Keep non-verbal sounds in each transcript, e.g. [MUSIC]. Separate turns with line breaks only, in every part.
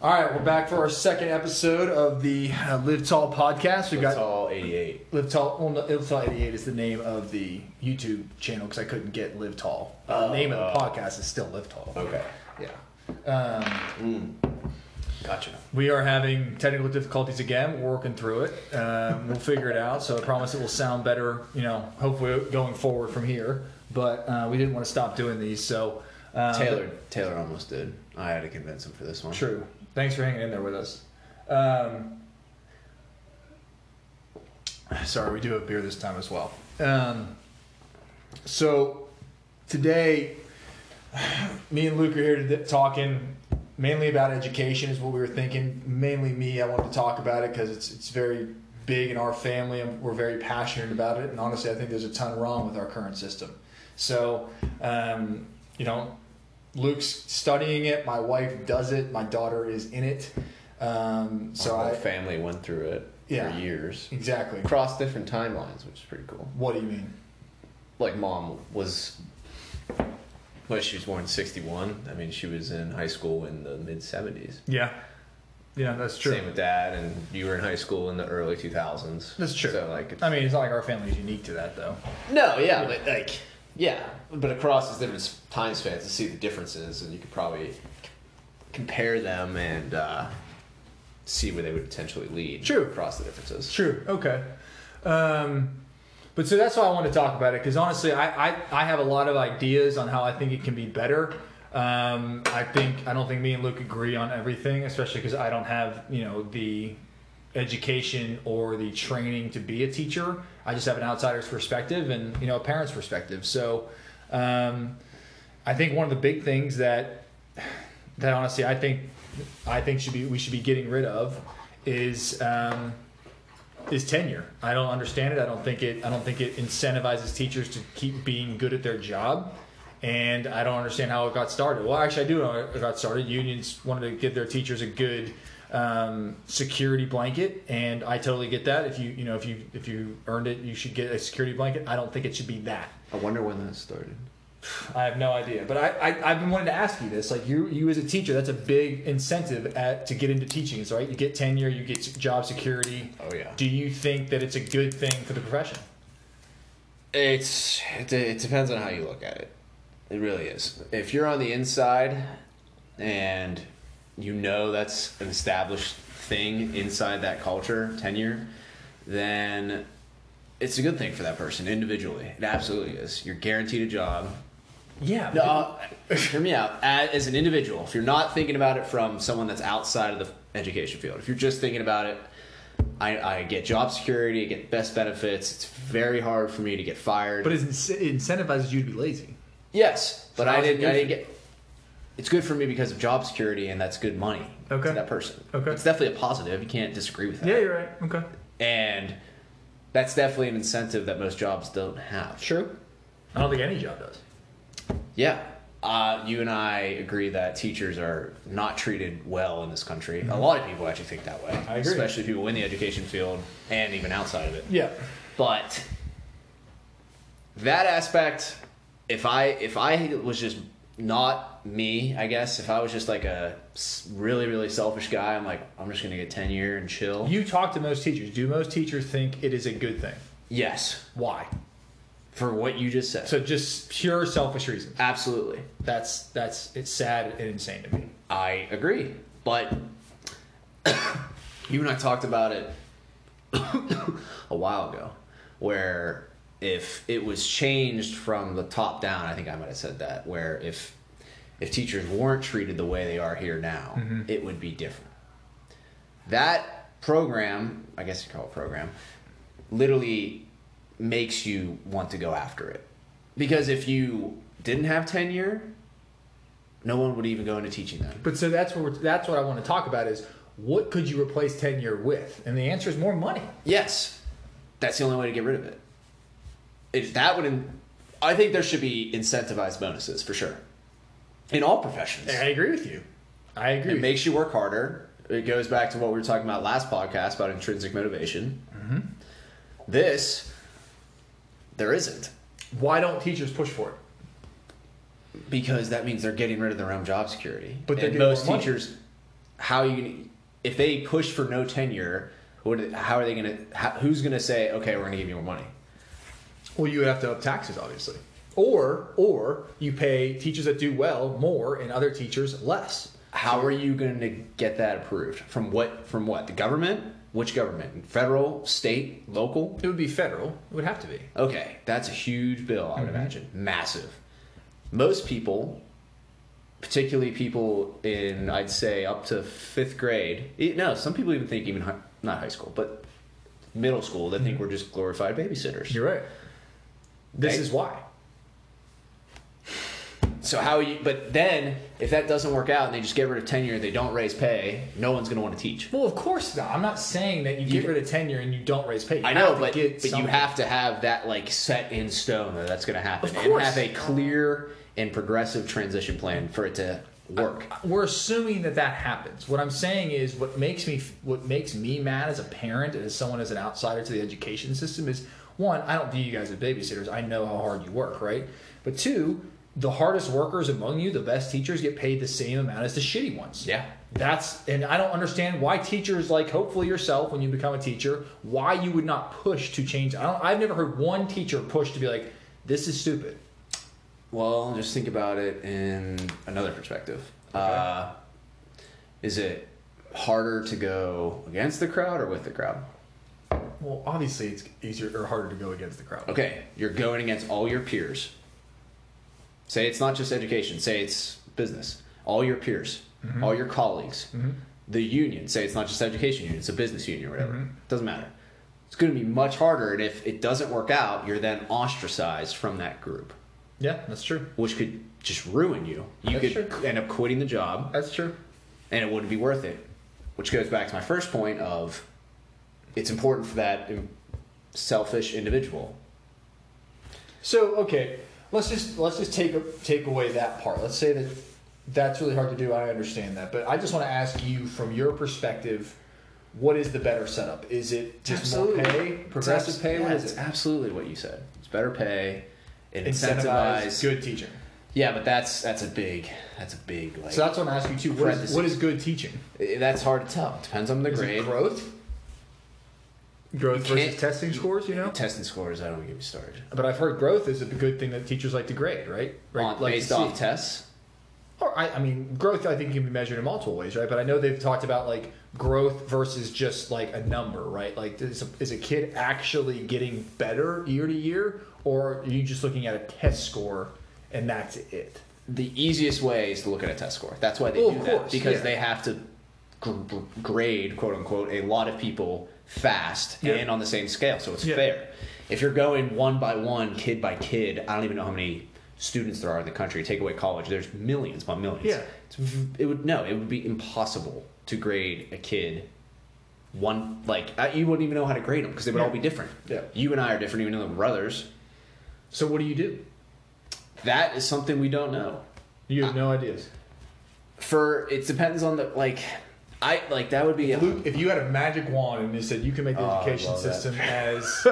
All right, we're back for our second episode of the uh, Live Tall podcast. We've got
That's all 88.
Live Tall. Well, no, Live Tall 88 is the name of the YouTube channel because I couldn't get Live Tall. Uh, the name of the
oh.
podcast is still Live Tall.
Okay.
Yeah. Um,
Gotcha.
we are having technical difficulties again. We're working through it. Um, we'll figure it out. So I promise it will sound better, you know, hopefully going forward from here. But uh, we didn't want to stop doing these. So, um,
Taylor Taylor almost did. I had to convince him for this one.
True. Thanks for hanging in there with us. Um, sorry, we do have beer this time as well. Um, so today, me and Luke are here today, talking mainly about education is what we were thinking. Mainly me, I wanted to talk about it because it's it's very big in our family and we're very passionate about it. And honestly, I think there's a ton wrong with our current system. So, um, you know, Luke's studying it. My wife does it. My daughter is in it. Um, so
Our
I
whole family went through it
Yeah.
for years.
exactly.
Across different timelines, which is pretty cool.
What do you mean?
Like mom was well, she was born in sixty one. I mean she was in high school in the mid seventies.
Yeah, yeah, that's true.
Same with dad and you were in high school in the early two thousands.
That's true.
So like it's,
I mean, it's not like our family's unique to that, though.
No, yeah, but like yeah. But across these different s- time spans to see the differences and you could probably c- compare them and uh, see where they would potentially lead
True.
across the differences.
True. Okay. Um, but so that's why I want to talk about it because honestly, I, I I have a lot of ideas on how I think it can be better. Um, I think I don't think me and Luke agree on everything, especially because I don't have you know the education or the training to be a teacher. I just have an outsider's perspective and you know a parent's perspective. So um, I think one of the big things that that honestly I think I think should be we should be getting rid of is. Um, is tenure. I don't understand it. I don't think it. I don't think it incentivizes teachers to keep being good at their job, and I don't understand how it got started. Well, actually, I do know how it got started. Unions wanted to give their teachers a good um, security blanket, and I totally get that. If you you know if you if you earned it, you should get a security blanket. I don't think it should be that.
I wonder when that started.
I have no idea, but I, I I've been wanting to ask you this. Like you you as a teacher, that's a big incentive at to get into teaching. Is right? You get tenure, you get job security.
Oh yeah.
Do you think that it's a good thing for the profession?
It's it, de- it depends on how you look at it. It really is. If you're on the inside and you know that's an established thing inside that culture, tenure, then it's a good thing for that person individually. It absolutely is. You're guaranteed a job.
Yeah.
No, uh, [LAUGHS] hear me out. As, as an individual, if you're not thinking about it from someone that's outside of the education field, if you're just thinking about it, I, I get job security, I get best benefits. It's very hard for me to get fired.
but it incentivizes you to be lazy.
Yes, but
So
I
how's it
didn't. I
good for
didn't get. It's good for me because of job security, and that's good money
Okay.
to that person.
Okay.
it's definitely a positive. You can't disagree with that.
you're right. Okay.
and that's definitely an incentive that most jobs don't have.
True. I don't think any job does.
Yeah. Uh, you and I agree that teachers are not treated well in this country. A lot of people actually think that way,
Mm-hmm. I agree.
especially people in the education field and even outside of it.
Yeah.
but that aspect if i if i was just not me i guess if i was just like a s- really really selfish guy i'm like i'm just gonna get tenure and chill
You talk to most teachers. Do most teachers think it is a good thing?
yes
Why?
for what you just said
So just pure selfish reasons.
absolutely
That's that's it's sad and insane to me.
i agree but you and i talked about it [COUGHS] a while ago where if it was changed from the top down i think i might have said that where if if teachers weren't treated the way they are here now it would be different that program i guess you call it program literally makes you want to go after it because if you didn't have tenure no one would even go into teaching then
But so that's what we're, that's what I want to talk about is what could you replace tenure with? And the answer is more money.
Yes, that's the only way to get rid of it. If that would, in, I think there should be incentivized bonuses for sure in all professions.
I agree with you. I agree.
It
With you.
makes you work harder. It goes back to what we were talking about last podcast about intrinsic motivation.
Mm-hmm.
This, there isn't
Why don't teachers push for it?
because that means they're getting rid of their own job security.
But they're
And
getting
most
more money.
teachers how you gonna- if they push for no tenure, what how are they gonna how, who's gonna say okay we're gonna give you more money?
Well, you would have to up taxes, obviously. Or or you pay teachers that do well more and other teachers less.
How are you going to get that approved? From what? From what? The government? Which government? Federal, state, local?
It would be federal. It would have to be.
Okay, that's a huge bill, I would imagine. Massive. Most people, particularly people in, I'd say, up to fifth grade, e- no, some people even think even hi- not high school, but middle school, they think we're just glorified babysitters.
You're right. This
Right.
is why.
So how you? But then, if that doesn't work out and they just get rid of tenure, they don't raise pay. No one's going to want to teach.
Well, of course not. I'm not saying that you,
You-
get rid of tenure and you don't raise pay. You
I know,
have to
but,
get
but you
something.
have to have that like set in stone that that's going to happen,
Of
and
course.
have a clear and progressive transition plan for it to work.
We're assuming that that happens. What I'm saying is, what makes me what makes me mad as a parent and as someone as an outsider to the education system is one, I don't view you guys as babysitters. I know how hard you work, right? But two, the hardest workers among you, the best teachers, get paid the same amount as the shitty ones.
Yeah.
That's and I don't understand why teachers like hopefully yourself when you become a teacher why you would not push to change. I don't, I've never heard one teacher push to be like this is stupid.
Well, just think about it in another perspective. Uh, is it harder to go against the crowd or with the crowd?
Well, obviously it's easier or harder to go against the crowd.
Okay, you're going against all your peers. Say it's not just education, say it's business. All your peers,
Mm-hmm.
all your colleagues, the union, say it's not just education union, it's a business union or whatever.
Mm-hmm.
Doesn't matter. It's going to be much harder, and if it doesn't work out, you're then ostracized from that group,
Yeah, that's true.
which could just ruin you. You
That's
could
true.
end up quitting the job.
That's true.
and it wouldn't be worth it. Which goes back to my first point of it's important for that im- selfish individual.
So okay, let's just let's just take a, take away that part. Let's say that that's really hard to do. I understand that, but I just want to ask you from your perspective, what is the better setup? Is it just more pay, progressive pay?
Yeah,
What is
it's
it?
absolutely what you said. It's better pay, it
Incentivize
incentivizes.
good teaching.
Yeah, but that's that's a big that's a big like
So that's what I'm asking you too. What is, what is good teaching?
i- that's hard to tell. Depends on the
Is it
grade.
growth, growth
You can't-
versus testing scores. You know,
Testing scores, I don't even get me started.
but I've heard growth is a good thing that teachers like to grade, right? Right,
On,
like to
based
see.
off tests.
Or I, I mean, growth I think can be measured in multiple ways, right? But I know they've talked about like growth versus just like a number, right? Like is a, is a kid actually getting better year to year, or are you just looking at a test score and that's it?
the easiest way is to look at a test score. That's why they
Well,
do
of
that
course,
because
yeah.
they have to gr- gr- grade, quote unquote, a lot of people fast
Yeah.
and on the same scale, so it's
Yeah.
fair. If you're going one by one, kid by kid, I don't even know how many students there are in the country. Take away college, there's millions by millions.
Yeah.
It's v- it would no, it would be impossible to grade a kid one like uh, you wouldn't even know how to grade them because they would
Yeah.
all be different.
Yeah.
You and I are different, even though we're brothers.
So what do you do?
That is something we don't know.
You have no ideas.
for it depends on the like i like that would be a,
Luke, if you had a magic wand and you said you can make the
Oh, I
education
love that. [LAUGHS]
system as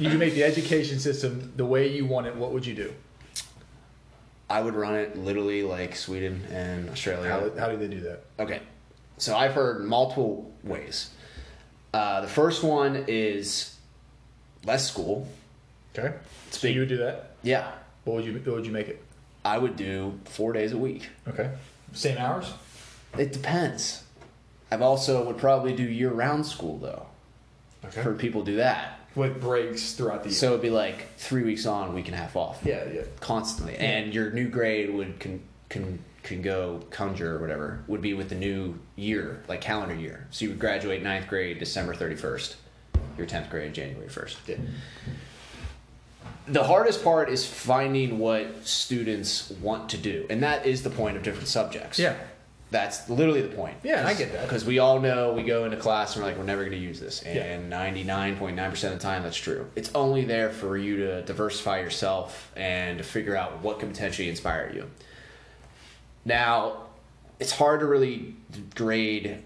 you can make the education system the way you want it, what would you do?
i would run it literally like sweden and australia
How, how do they do that?
okay so i've heard multiple ways uh, the first one is less school
Okay, so
Speak-
you would do that.
yeah
What would you What would you make it?
i would do four days a week
Okay, same hours.
it depends i've also would probably do year-round school though
Okay.
for people do that
with breaks throughout the year.
so it'd be like three weeks on week and a half off
yeah, yeah.
constantly, and your new grade would can can can go conjure or whatever would be with the new year, like calendar year. So you would graduate ninth grade December thirty first, your tenth grade January first.
yeah.
The hardest part is finding what students want to do, and that is the point of different subjects.
Yeah.
That's literally the point.
Yeah, I get that.
Because we all know we go into class and we're like, we're never going to use this.
Yeah.
And 99.9% of the time, that's true. It's only there for you to diversify yourself and to figure out what can potentially inspire you. Now, it's hard to really grade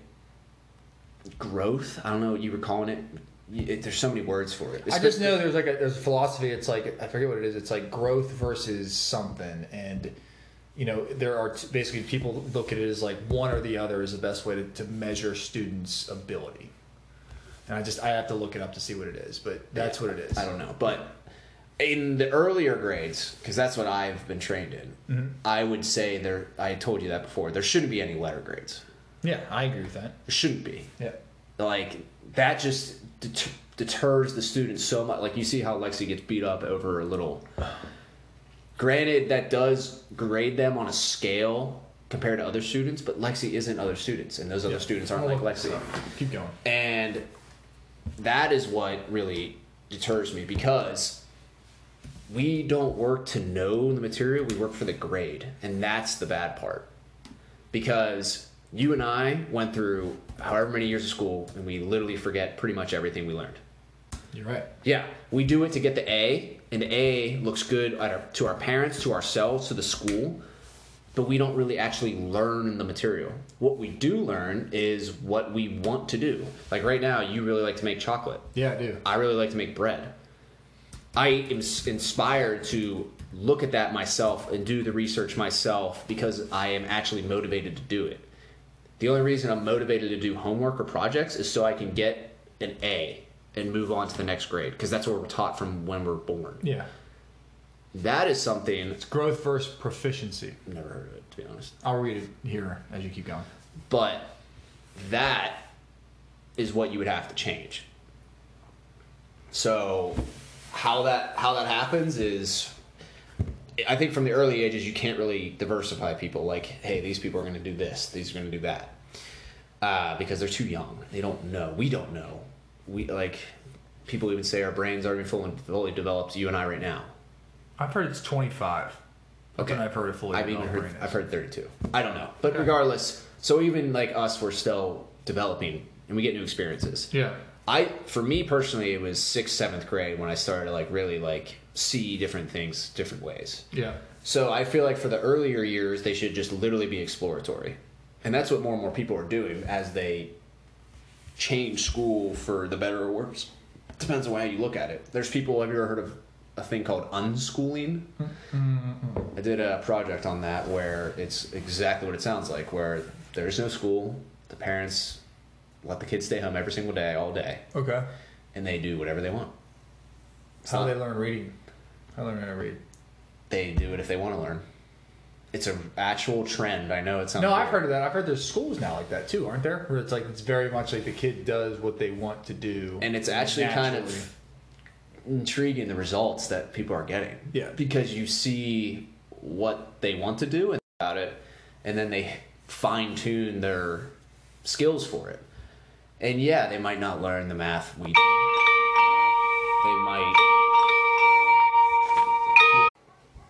growth. I don't know what you were calling it. You- it there's so many words for it.
I just know there's like a there's a philosophy. It's like I forget what it is. It's like growth versus something, and you know, there are t- basically people look at it as like one or the other is the best way to, to measure students' ability. And I just I have to look it up to see what it is, but that's what it is.
I don't know, but in the earlier grades, because that's what I've been trained in,
Mm-hmm.
I would say there. I told you that before. There shouldn't be any letter grades.
Yeah, I agree with that.
There shouldn't be.
Yeah.
Like that just det- deters the students so much. Like you see how Lexi gets beat up over a little. Granted, that does grade them on a scale compared to other students, but Lexi isn't other students, and those other
Yeah.
students aren't
I'll
like
look this
Lexi.
up. Keep going.
And that is what really deters me because we don't work to know the material, we work for the grade. And that's the bad part. Because you and I went through however many years of school and we literally forget pretty much everything we learned.
You're right.
Yeah, we do it to get the A, and the A looks good at our, to our parents, to ourselves, to the school, but we don't really actually learn the material. What we do learn is what we want to do. Like right now, you really like to make chocolate.
Yeah, I do.
I really like to make bread. I am s- inspired to look at that myself and do the research myself because I am actually motivated to do it. The only reason I'm motivated to do homework or projects is so I can get an A and move on to the next grade because that's what we're taught from when we're born.
Yeah.
That is something
It's growth versus proficiency.
I've never heard of it to be honest.
I'll read it here as you keep going.
But that is what you would have to change. So how that how that happens is I think from the early ages you can't really diversify people like hey these people are going to do this these are going to do that uh, because they're too young they don't know we don't know we like people even say our brains aren't even fully, fully developed you and I right now
I've heard it's 25.
Okay.
Okay. I've heard it fully.
I've even
developed
heard
brain is.
I've heard 32. I don't know, but regardless, so even like us, we're still developing and we get new experiences.
Yeah.
I for me personally, it was sixth, seventh grade when I started to like really like see different things different ways.
Yeah.
So I feel like for the earlier years, they should just literally be exploratory, and that's what more and more people are doing as they change school for the better or worse. Depends on how you look at it. There's people. Have you ever heard of a thing called unschooling?
Mm-hmm.
I did a project on that where it's exactly what it sounds like, where there's no school, the parents let the kids stay home every single day, all day,
Okay.
and they do whatever they want. It's
How
not-
they learn reading? How they learn how to read?
they do it if they want to learn. It's an actual trend. I know it sounds.
No, I've heard
weird.
of that. I've heard there's schools now like that too, aren't there? Where it's like it's very much like the kid does what they want to do,
and it's actually kind
naturally.
of intriguing the results that people are getting.
Yeah.
because you see what they want to do and about it, and then they fine tune their skills for it. And yeah, they might not learn the math we. They might.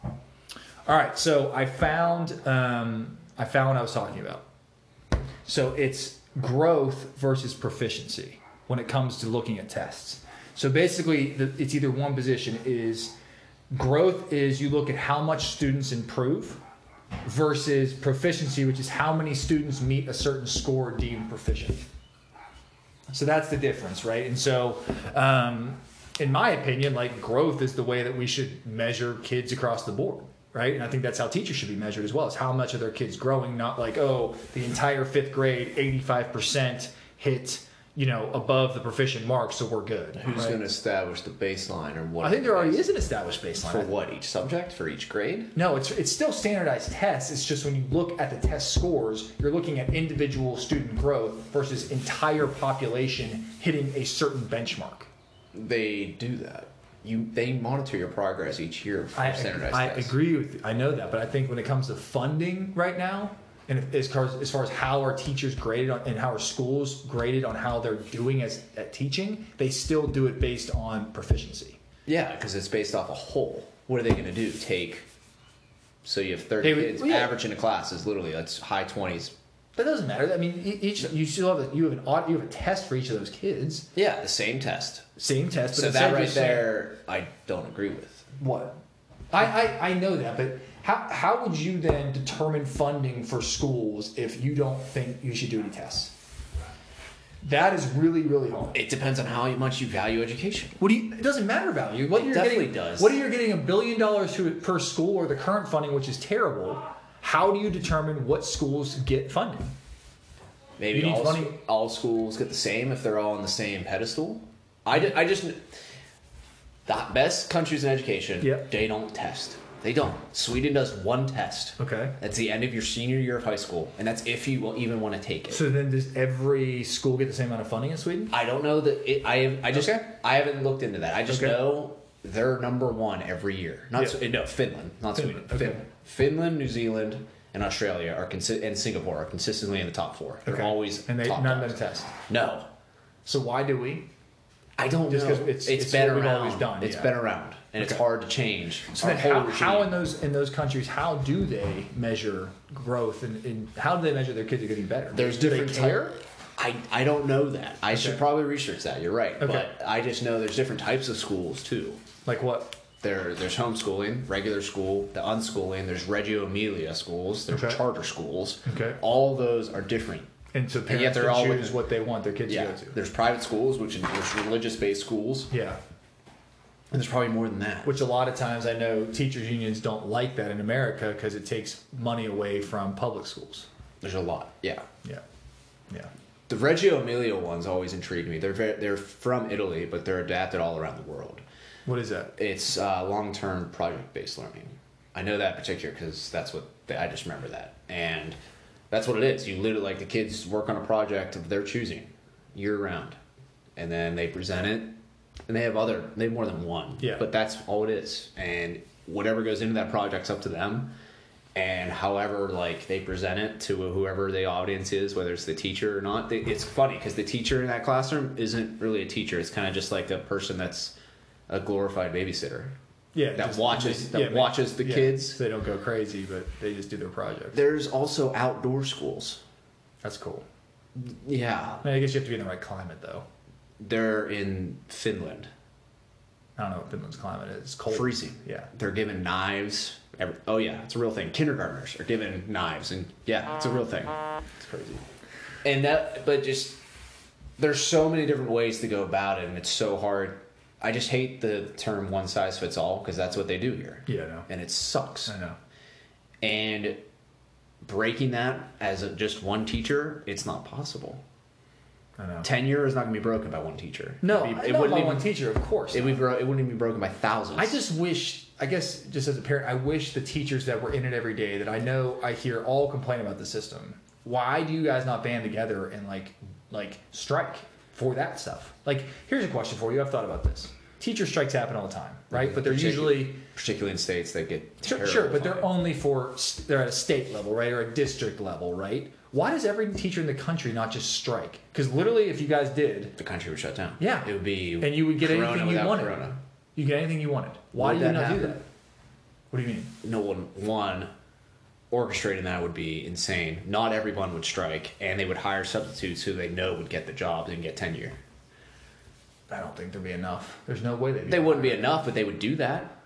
All right, so I found um, I found what I was talking about. So it's growth versus proficiency when it comes to looking at tests. So basically, the, it's either one position is growth is you look at how much students improve versus proficiency, which is how many students meet a certain score deemed proficient. So that's the difference, right? And so, um, in my opinion, like growth is the way that we should measure kids across the board, right? And I think that's how teachers should be measured as well. Is how much are their kids growing, not like oh, the entire fifth grade, eighty-five percent hit, you know, above the proficient mark, so we're good.
Who's
right?
going to establish the baseline or what?
I think there already is an established baseline.
for what each subject for each grade.
No, it's it's still standardized tests. It's just when you look at the test scores, you're looking at individual student growth versus entire population hitting a certain benchmark.
They do that. You they monitor your progress each year for
I,
standardized
I
tests.
agree with you. I know that, but I think when it comes to funding right now, and if- as far as, as far as how our teachers graded on, and how our schools graded on how they're doing as at teaching, they still do it based on proficiency.
Yeah, because Uh, it's based off a whole. What are they going to do? Take so you have thirty
They would-
kids.
well, yeah.
Average in a class is literally that's high twenties.
That doesn't matter. I mean, e- each you still have a, you have an aud- you have a test for each of those kids.
Yeah, the same test.
Same test. But
so
instead
that
of
right
just saying-
there, I don't agree with.
What? I, I, I know that, but how, how would you then determine funding for schools if you don't think you should do any tests? That is really, really hard.
It depends on how much you value education.
What do you, it doesn't matter value. What
It
you're
definitely
getting,
does.
What you're getting a billion dollars to- per school or the current funding, which is terrible, How do you determine what schools get funding?
Maybe
You need
all,
money-
sch- all schools get the same if they're all on the same pedestal. I, ju- I just the best countries in education.
Yep.
They don't test. They don't. Sweden does one test.
Okay.
That's the end of your senior year of high school, and that's if you will even want to take it.
So then, does every school get the same amount of funding in Sweden?
I don't know that it, I I just
Okay.
I haven't looked into that. I just
Okay.
know they're number one every year. Not
Yeah.
Swe- no Finland, not
Finland,
Sweden.
okay.
Finland. Finland, New Zealand, and Australia are consi- and Singapore are consistently in the top four. They're
Okay.
always
and they
top
none of
dogs.
them test.
No,
So why do we?
I don't
Just
know.
'cause it's-
it's
it's
been
what we've
around.
always done,
It's
yeah.
been around, and it's
Okay.
hard to change.
So
our
then
whole
how, how
regime.
in those in those countries how do they measure growth and, and how do they measure their kids are getting better?
There's
Do they
different
care?
type- I, I don't know that. I should
Okay.
probably research that. You're right,
Okay.
but I just know there's different types of schools too.
Like what?
There, there's homeschooling, regular school, the unschooling. There's Reggio Emilia schools. There's
Okay.
charter schools.
Okay.
All those are different.
And so parents
yet
can
they're all
choose
within-
what they want their kids
Yeah.
to go to.
There's private schools, which is which are religious-based schools,
Yeah.
and there's probably more than that.
Which a lot of times I know teachers unions don't like that in America because it takes money away from public schools.
There's a lot. Yeah.
Yeah. Yeah.
The Reggio Emilia ones always intrigued me. They're very, they're from Italy, but they're adapted all around the world.
What is that?
It's uh, long-term project-based learning. I know that in particular because that's what I just remember that, and that's what it is. You literally like the kids work on a project of their choosing, year-round, and then they present it, and they have other they have more than one.
Yeah.
But that's all it is, and whatever goes into that project's up to them. And however, like they present it to whoever the audience is, whether it's the teacher or not, they, it's funny because the teacher in that classroom isn't really a teacher. It's kind of just like a person that's a glorified babysitter
Yeah.
that
just-
watches that
yeah, ma-
watches the
yeah,
kids.
So they don't go crazy, but they just do their project.
There's also outdoor schools.
That's cool.
Yeah,
I, mean, I guess you have to be in the right climate though.
they're in Finland,
I don't know what Finland's climate is. It's cold.
freezing.
Yeah.
they're given knives. Every, oh yeah, it's a real thing. Kindergartners are given knives, and yeah, it's a real thing.
It's crazy.
and that but just there's so many different ways to go about it and it's so hard i just hate the term one size fits all because that's what they do here
Yeah, I know.
and it sucks
I know.
and breaking that as a, just one teacher it's not possible
I know.
tenure is not going to be broken by one teacher
No,
It'd be-
it wouldn't
wouldn't
be
even
one teacher, of course.
it, would be, bro- it wouldn't even be broken by thousands
I just wish, I guess, just as a parent, I wish the teachers that were in it every day that I know I hear all complain about the system. Why do you guys not band together and like, like strike for that stuff? Like, here's a question for you. I've thought about this. Teacher strikes happen all the time, right? But they're
Particu-
usually
particularly in states that get
Sure,
terrible
sure, but they're
funding.
only for st- they're at a state level, right, or a district level, right? Why does every teacher in the country not just strike? Because literally, if you guys did,
the country would shut down
Yeah.
it would be
and you would get
corona
anything you
without
wanted,
corona.
you get anything you wanted. Why
Would
do you
that
not do
happen?
that? What do you mean?
no one one orchestrating that would be insane. Not everyone would strike, and they would hire substitutes who they know would get the jobs and get tenure.
I don't think there'd be enough. There's no way they'd
They wouldn't be enough, but they would do that.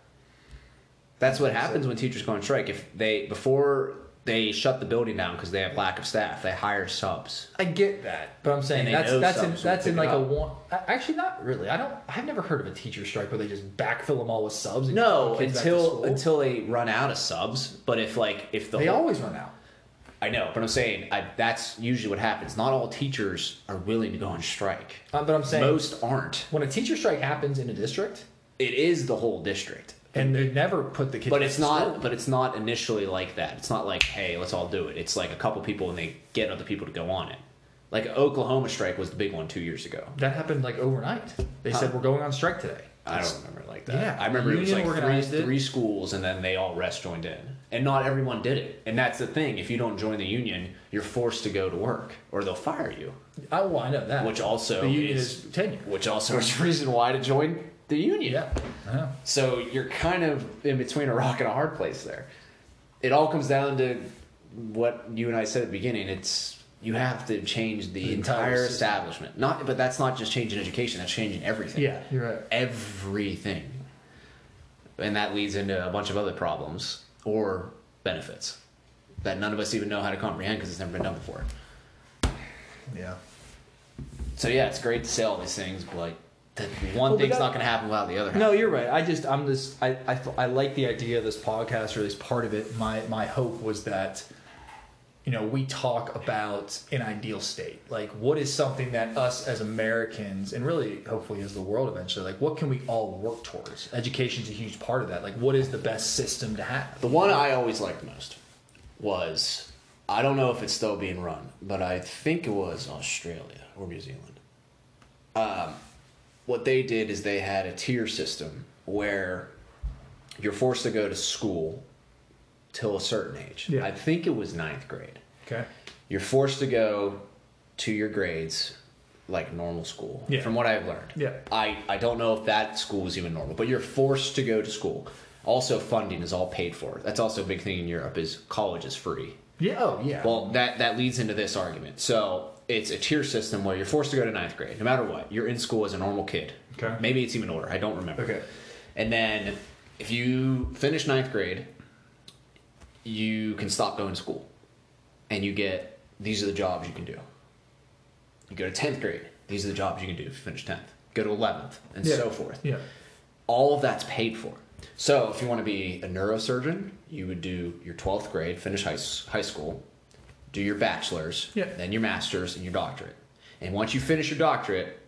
That's what happens when teachers go on strike. If they before they shut the building down because they have lack of staff, they hire subs.
I get that, but I'm saying
And they
that's
know
that's
some,
in,
so
that's
pick
in
it
like a
up.
one. a- Actually, not really. I don't. I've never heard of a teacher strike where they just backfill them all with subs. And
No,
kids back to
until
school.
until they run out of subs. But if like if the
they
whole-
always run out.
I know, but I'm saying I, that's usually what happens. Not all teachers are willing to go on strike.
Um, but I'm saying
Most aren't.
when a teacher strike happens in a district,
It is the whole district.
and they never put the kids.
But
back
it's
to
not.
school.
But it's not initially like that. It's not like, hey, let's all do it. It's like a couple people, and they get other people to go on it. Like Oklahoma strike was the big one two years ago.
That happened like overnight. They said we're going on strike today.
I don't remember it like that.
Yeah,
I remember it was
union
like
organized
three,
it.
three schools, and then they all rest joined in, and not everyone did it. And that's the thing. If you don't join the union, you're forced to go to work, or they'll fire you.
I, Oh, well, I know that.
Which also
the union
is,
is tenure.
which also is reason why to join the union.
Yeah. yeah.
So you're kind of in between a rock and a hard place there. It all comes down to what you and I said at the beginning. It's you have to change the,
entire
entire,
system.
establishment. Not, but that's not just changing education. That's changing everything.
Yeah, [LAUGHS] you're right.
Everything, and that leads into a bunch of other problems or benefits that none of us even know how to comprehend because it's never been done before.
Yeah.
So yeah, it's great to say all these things, but like that one
Well, but
thing's
that-
not going to happen without the other.
No, you're right. I just I'm this I I, th- I like the idea of this podcast or at least part of it. My my hope was that you know we talk about an ideal state like what is something that us as americans and really hopefully as the world eventually like what can we all work towards education's a huge part of that like what is the best system to have
The one I always liked most was I don't know if it's still being run, but I think it was Australia or New Zealand. Um, what they did is they had a tier system where you're forced to go to school till a certain age.
Yeah.
I think it was ninth grade.
okay
You're forced to go to your grades like normal school,
Yeah.
from what I've learned.
Yeah.
I, I don't know if that school is even normal, but you're forced to go to school. Also, funding is all paid for. That's also a big thing in Europe is college is free.
yeah oh yeah
Well, that, that leads into this argument. So it's a tier system where you're forced to go to ninth grade, no matter what. You're in school as a normal kid.
Okay.
Maybe it's even older. I don't remember.
Okay.
And then if you finish ninth grade, you can stop going to school, and you get these are the jobs you can do. You go to tenth grade. These are the jobs you can do if you finish tenth. Go to eleventh, and
yeah.
so forth
yeah
all of that's paid for. So if you want to be a neurosurgeon, you would do your 12th grade, finish high, s- high school, do your bachelor's,
Yeah.
then your master's, and your doctorate. And once you finish your doctorate,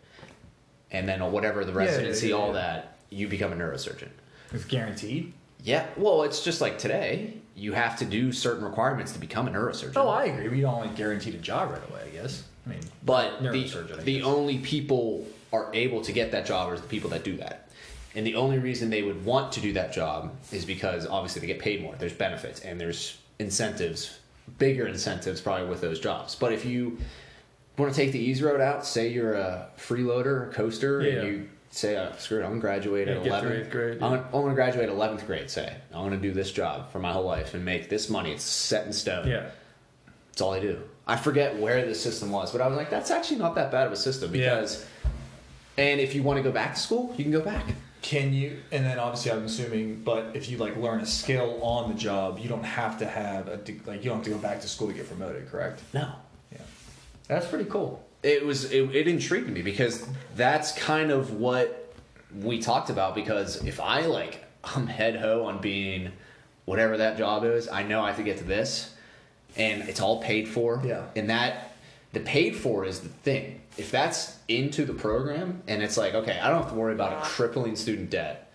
and then whatever the
yeah, yeah,
residency,
yeah.
all that, you become a neurosurgeon.
it's guaranteed
Yeah, well, it's just like today, you have to do certain requirements to become a neurosurgeon.
oh i agree we don't like guaranteed a job right away i guess i mean
But the,
neurosurgeon, I
the
guess.
only people are able to get that job are the people that do that. And the only reason they would want to do that job is because obviously they get paid more. There's benefits and there's incentives, bigger incentives probably with those jobs. But if you want to take the easy road out, say you're a freeloader, a coaster,
Yeah.
and you say, oh, screw it, I'm going to graduate
Yeah,
at
get through
11th
eighth grade,
I'm going to graduate 11th grade, say. I'm going to do this job for my whole life and make this money. It's set in stone.
yeah
That's all I do. I forget where the system was, but I was like, that's actually not that bad of a system
Yeah.
because. And if you want to go back to school, you can go back.
Can you? And then obviously, I'm assuming, but if you like learn a skill on the job, you don't have to have a de- like you don't have to go back to school to get promoted, correct?
No,
Yeah.
that's pretty cool. It was it, it intrigued me because that's kind of what we talked about. Because if I like I'm head ho on being whatever that job is, I know I have to get to this, and it's all paid for.
Yeah.
and that the paid for is the thing. If that's into the program and it's like okay, I don't have to worry about a crippling student debt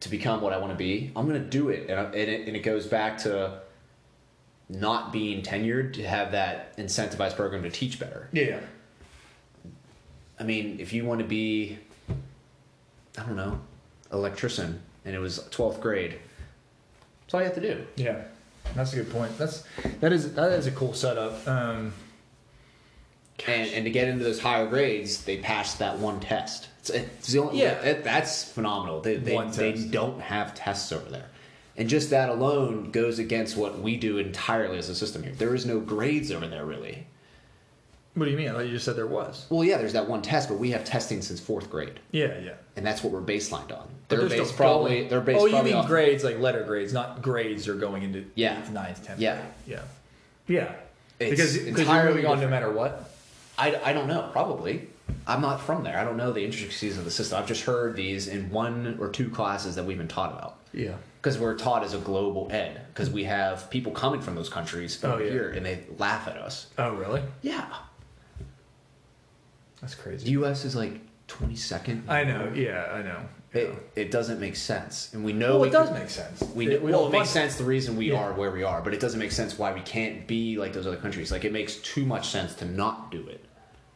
to become what I want to be. I'm gonna do it, and, I, and it, and it goes back to not being tenured to have that incentivized program to teach better.
Yeah.
I mean, if you want to be, I don't know, electrician, and it was twelfth grade, that's all you have to do.
Yeah. That's a good point. That's that is that is a cool setup. Um,
And, and to get into those higher grades, they passed that one test. It's, it's the only,
Yeah.
that- that's phenomenal. They, they,
One
they
test.
don't have tests over there. And just that alone goes against what we do entirely as a system here. There is no grades over there, really.
what do you mean? I thought you just said there was.
Well, yeah, there's that one test, but we have testing since fourth grade.
Yeah, yeah.
and that's what we're baselined on.
But
They're
still
based probably.
going-
They're based.
Oh, you
probably
mean
off-
grades like letter grades, not grades are going into
Yeah.
eighth, ninth, tenth.
Yeah.
grade. Yeah. Yeah.
It's
because because you're
entirely
moving on no
different.
matter what.
I, I don't know. Probably. I'm not from there. I don't know the intricacies of the system. I've just heard these in one or two classes that we've been taught about.
Yeah.
Because we're taught as a global ed. Because we have people coming from those countries
Oh,
over
yeah.
here, and they laugh at us.
Oh, really?
Yeah.
That's
The
crazy.
U.S. is like 22nd.
I know. Yeah, I know.
It, it doesn't make sense, and we know
Well,
we
it does
can-
make sense.
We
It-
know, well,
all
it makes
fun-
sense the reason we
Yeah.
are where we are, but it doesn't make sense why we can't be like those other countries. Like it makes too much sense to not do it.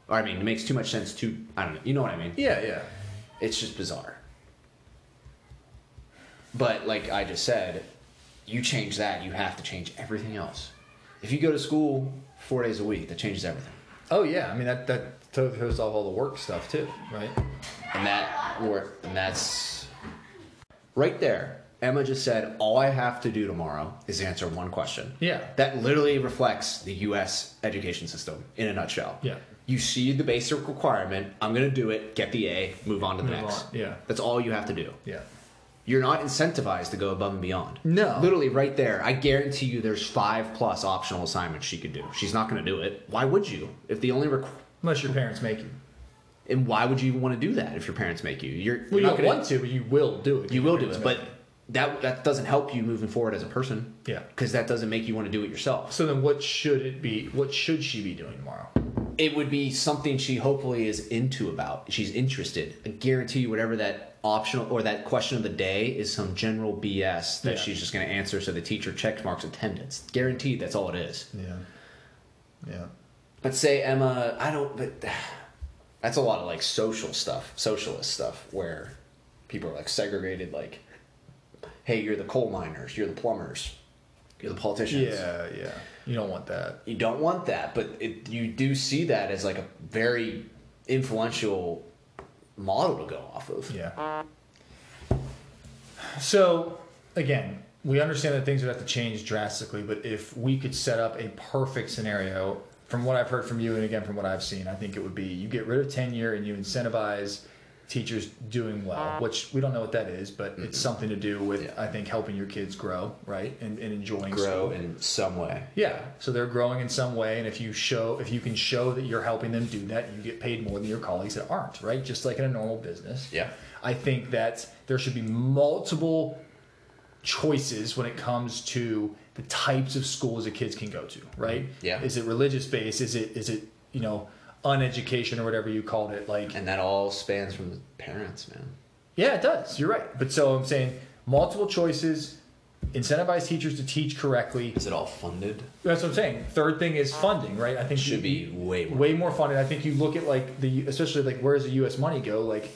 Or I mean, it makes too much sense to I don't know. You know what I mean?
Yeah, yeah.
It's just bizarre. But like I just said, you change that, you have to change everything else. If you go to school four days a week, that changes everything.
Oh yeah, I mean that that totally throws off all the work stuff too, right?
And that or and that's right there. Emma just said, all I have to do tomorrow is answer one question.
Yeah.
That literally reflects the US education system in a nutshell.
Yeah.
You see the basic requirement, I'm gonna do it, get the A, move on to the
Move
next.
on, yeah.
That's all you have to do.
Yeah.
You're not incentivized to go above and beyond.
No.
Literally right there. I guarantee you there's five plus optional assignments she could do. She's not gonna do it. Why would you? If the only requ-
Unless your parents make you.
And why would you even want to do that if your parents make you? You're,
Well,
you're
you
not
don't
gonna,
want to, but you will do it.
You will do
It's
it,
bad.
but that that doesn't help you moving forward as a person.
Yeah.
Because that doesn't make you want to do it yourself.
so then, what should it be? What should she be doing tomorrow?
It would be something she hopefully is into about. She's interested. I guarantee you, whatever that optional or that question of the day is, some general BS that
Yeah.
she's just going to answer so the teacher check marks attendance. Guaranteed, that's all it is.
Yeah, yeah.
But say Emma, I don't. But [SIGHS] that's a lot of like social stuff, socialist stuff, where people are like segregated. Like, hey, you're the coal miners, you're the plumbers, you're the politicians.
Yeah, yeah. You don't want that.
You don't want that, but it, you do see that as like a very influential model to go off of.
Yeah. So, again, we understand that things would have to change drastically, but if we could set up a perfect scenario, from what I've heard from you and again from what I've seen, I think it would be you get rid of tenure and you incentivize teachers doing well, which we don't know what that is, but it's something to do with,
Yeah.
I think, helping your kids grow, right? And, and enjoying school.
Grow in some way.
Yeah, so they're growing in some way, and if you show, if you can show that you're helping them do that, you get paid more than your colleagues that aren't, right? Just like in a normal business.
Yeah.
I think that there should be multiple choices when it comes to the types of schools that kids can go to, right?
Yeah.
Is it religious based? Is it is it you know uneducation or whatever you called it? Like
And that all spans from the parents, man.
yeah, it does. You're right. But so I'm saying multiple choices, incentivize teachers to teach correctly.
Is it all funded?
That's what I'm saying. Third thing is funding, right? I think
Should
you-
be way more.
way more funded. I think you look at like the especially like where does the U.S. money go? Like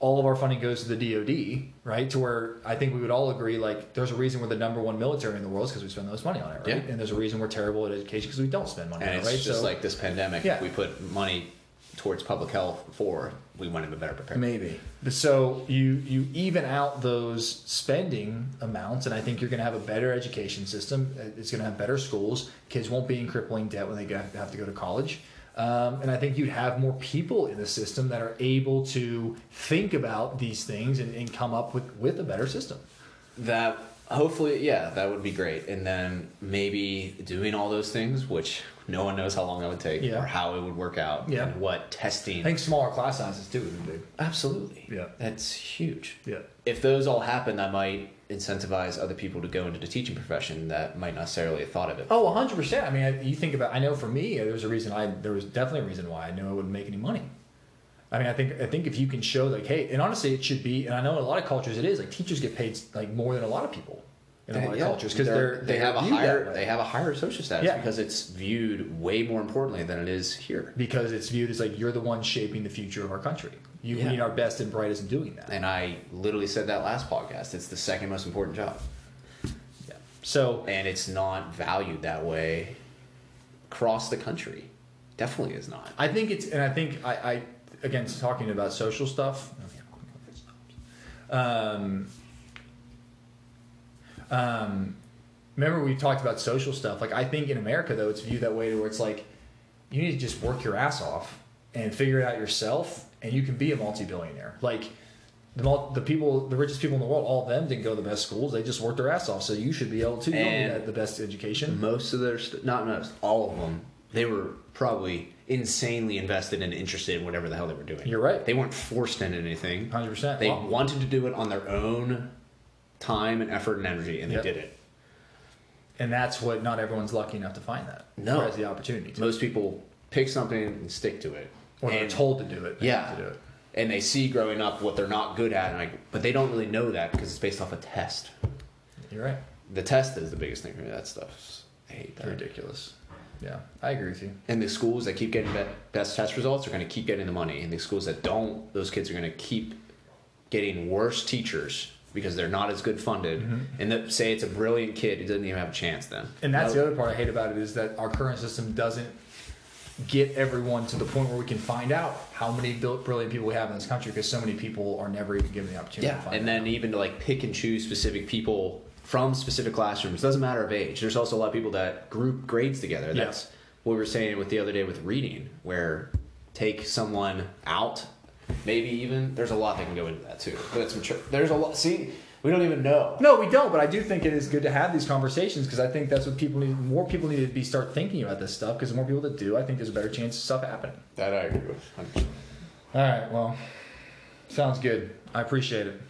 all of our funding goes to the DoD, right? To where I think we would all agree like there's a reason we're the number one military in the world because we spend the most money on it, right?
Yeah.
And there's a reason we're terrible at education because we don't spend money
And
on
it's
it, right?
just like this pandemic.
Yeah.
If we put money towards public health before, we went even better prepared.
Maybe. But so you you even out those spending amounts, and I think you're going to have a better education system. Uh, It's going to have better schools. Kids won't be in crippling debt when they go- have to go to college. Um, and I think you'd have more people in the system that are able to think about these things and, and come up with, with a better system.
That hopefully, yeah, that would be great. And then maybe doing all those things, which no one knows how long that would take
Yeah.
or how it would work out.
Yeah.
And what testing?
I think smaller class sizes too would be big.
Absolutely.
Yeah.
That's huge.
Yeah.
If those all happen, that might incentivize other people to go into the teaching profession that might not necessarily have thought of it.
Oh, 100%. I mean, I, you think about I know for me, there was a reason I there was definitely a reason why I knew I wouldn't make any money. I mean, I think I think if you can show like, hey, and honestly, it should be, and I know in a lot of cultures it is like teachers get paid like more than a lot of people in a lot of
Yeah.
cultures because
They're-
they're,
they
they're
have a
viewed that
higher
way.
they have a higher social status
Yeah.
because it's viewed way more importantly than it is here.
because it's viewed as like you're the one shaping the future of our country. You
Yeah.
mean our best and brightest in doing that.
And I literally said that last podcast. It's the second most important job.
Yeah. So
And it's not valued that way across the country. Definitely is not.
I think it's, and I think I, I again talking about social stuff. Um, um, remember we talked about social stuff. Like I think in America though, it's viewed that way to where it's like you need to just work your ass off and figure it out yourself, and you can be a multi-billionaire. Like. The, mul- the people, the richest people in the world, all of them didn't go to the best schools. They just worked their ass off. So you should be able to. You don't need
And- Mm-hmm.
that- the best education.
Most of their, st- not most, all of them, they were probably insanely invested and interested in whatever the hell they were doing.
You're right. Oh,
They weren't forced into anything.
100%.
They
Well-
wanted to do it on their own time and effort and energy, and
Yep.
they did it.
And that's what not everyone's lucky enough to find that.
No.
Or has the opportunity to.
Most people pick something and stick to it.
Or they're
And-
told to do it. they
yeah
have To do it.
and they see growing up what they're not good at and like but they don't really know that because it's based off a test
You're right.
the test is the biggest thing for me. that stuff i hate
It's
that
ridiculous. Yeah, I agree with you.
and the schools that keep getting be- best test results are going to keep getting the money and the schools that don't those kids are going to keep getting worse teachers because they're not as good funded and that say it's a brilliant kid who doesn't even have a chance then
Mm-hmm. And that's
Nope.
the other part I hate about it is that our current system doesn't get everyone to the point where we can find out how many bil- brilliant people we have in this country because so many people are never even given the opportunity to
yeah
find
and
out.
then even to like pick and choose specific people from specific classrooms doesn't matter of age there's also a lot of people that group grades together
Yeah.
that's what we were saying with the other day with reading where take someone out maybe even there's a lot that can go into that too but it's mature there's a lot see we don't even know
No, we don't. But I do think it is good to have these conversations because I think that's what people need. More people need to be start thinking about this stuff because the more people that do, I think there's a better chance of stuff happening.
that i agree with
All right. Well, sounds good. I appreciate it.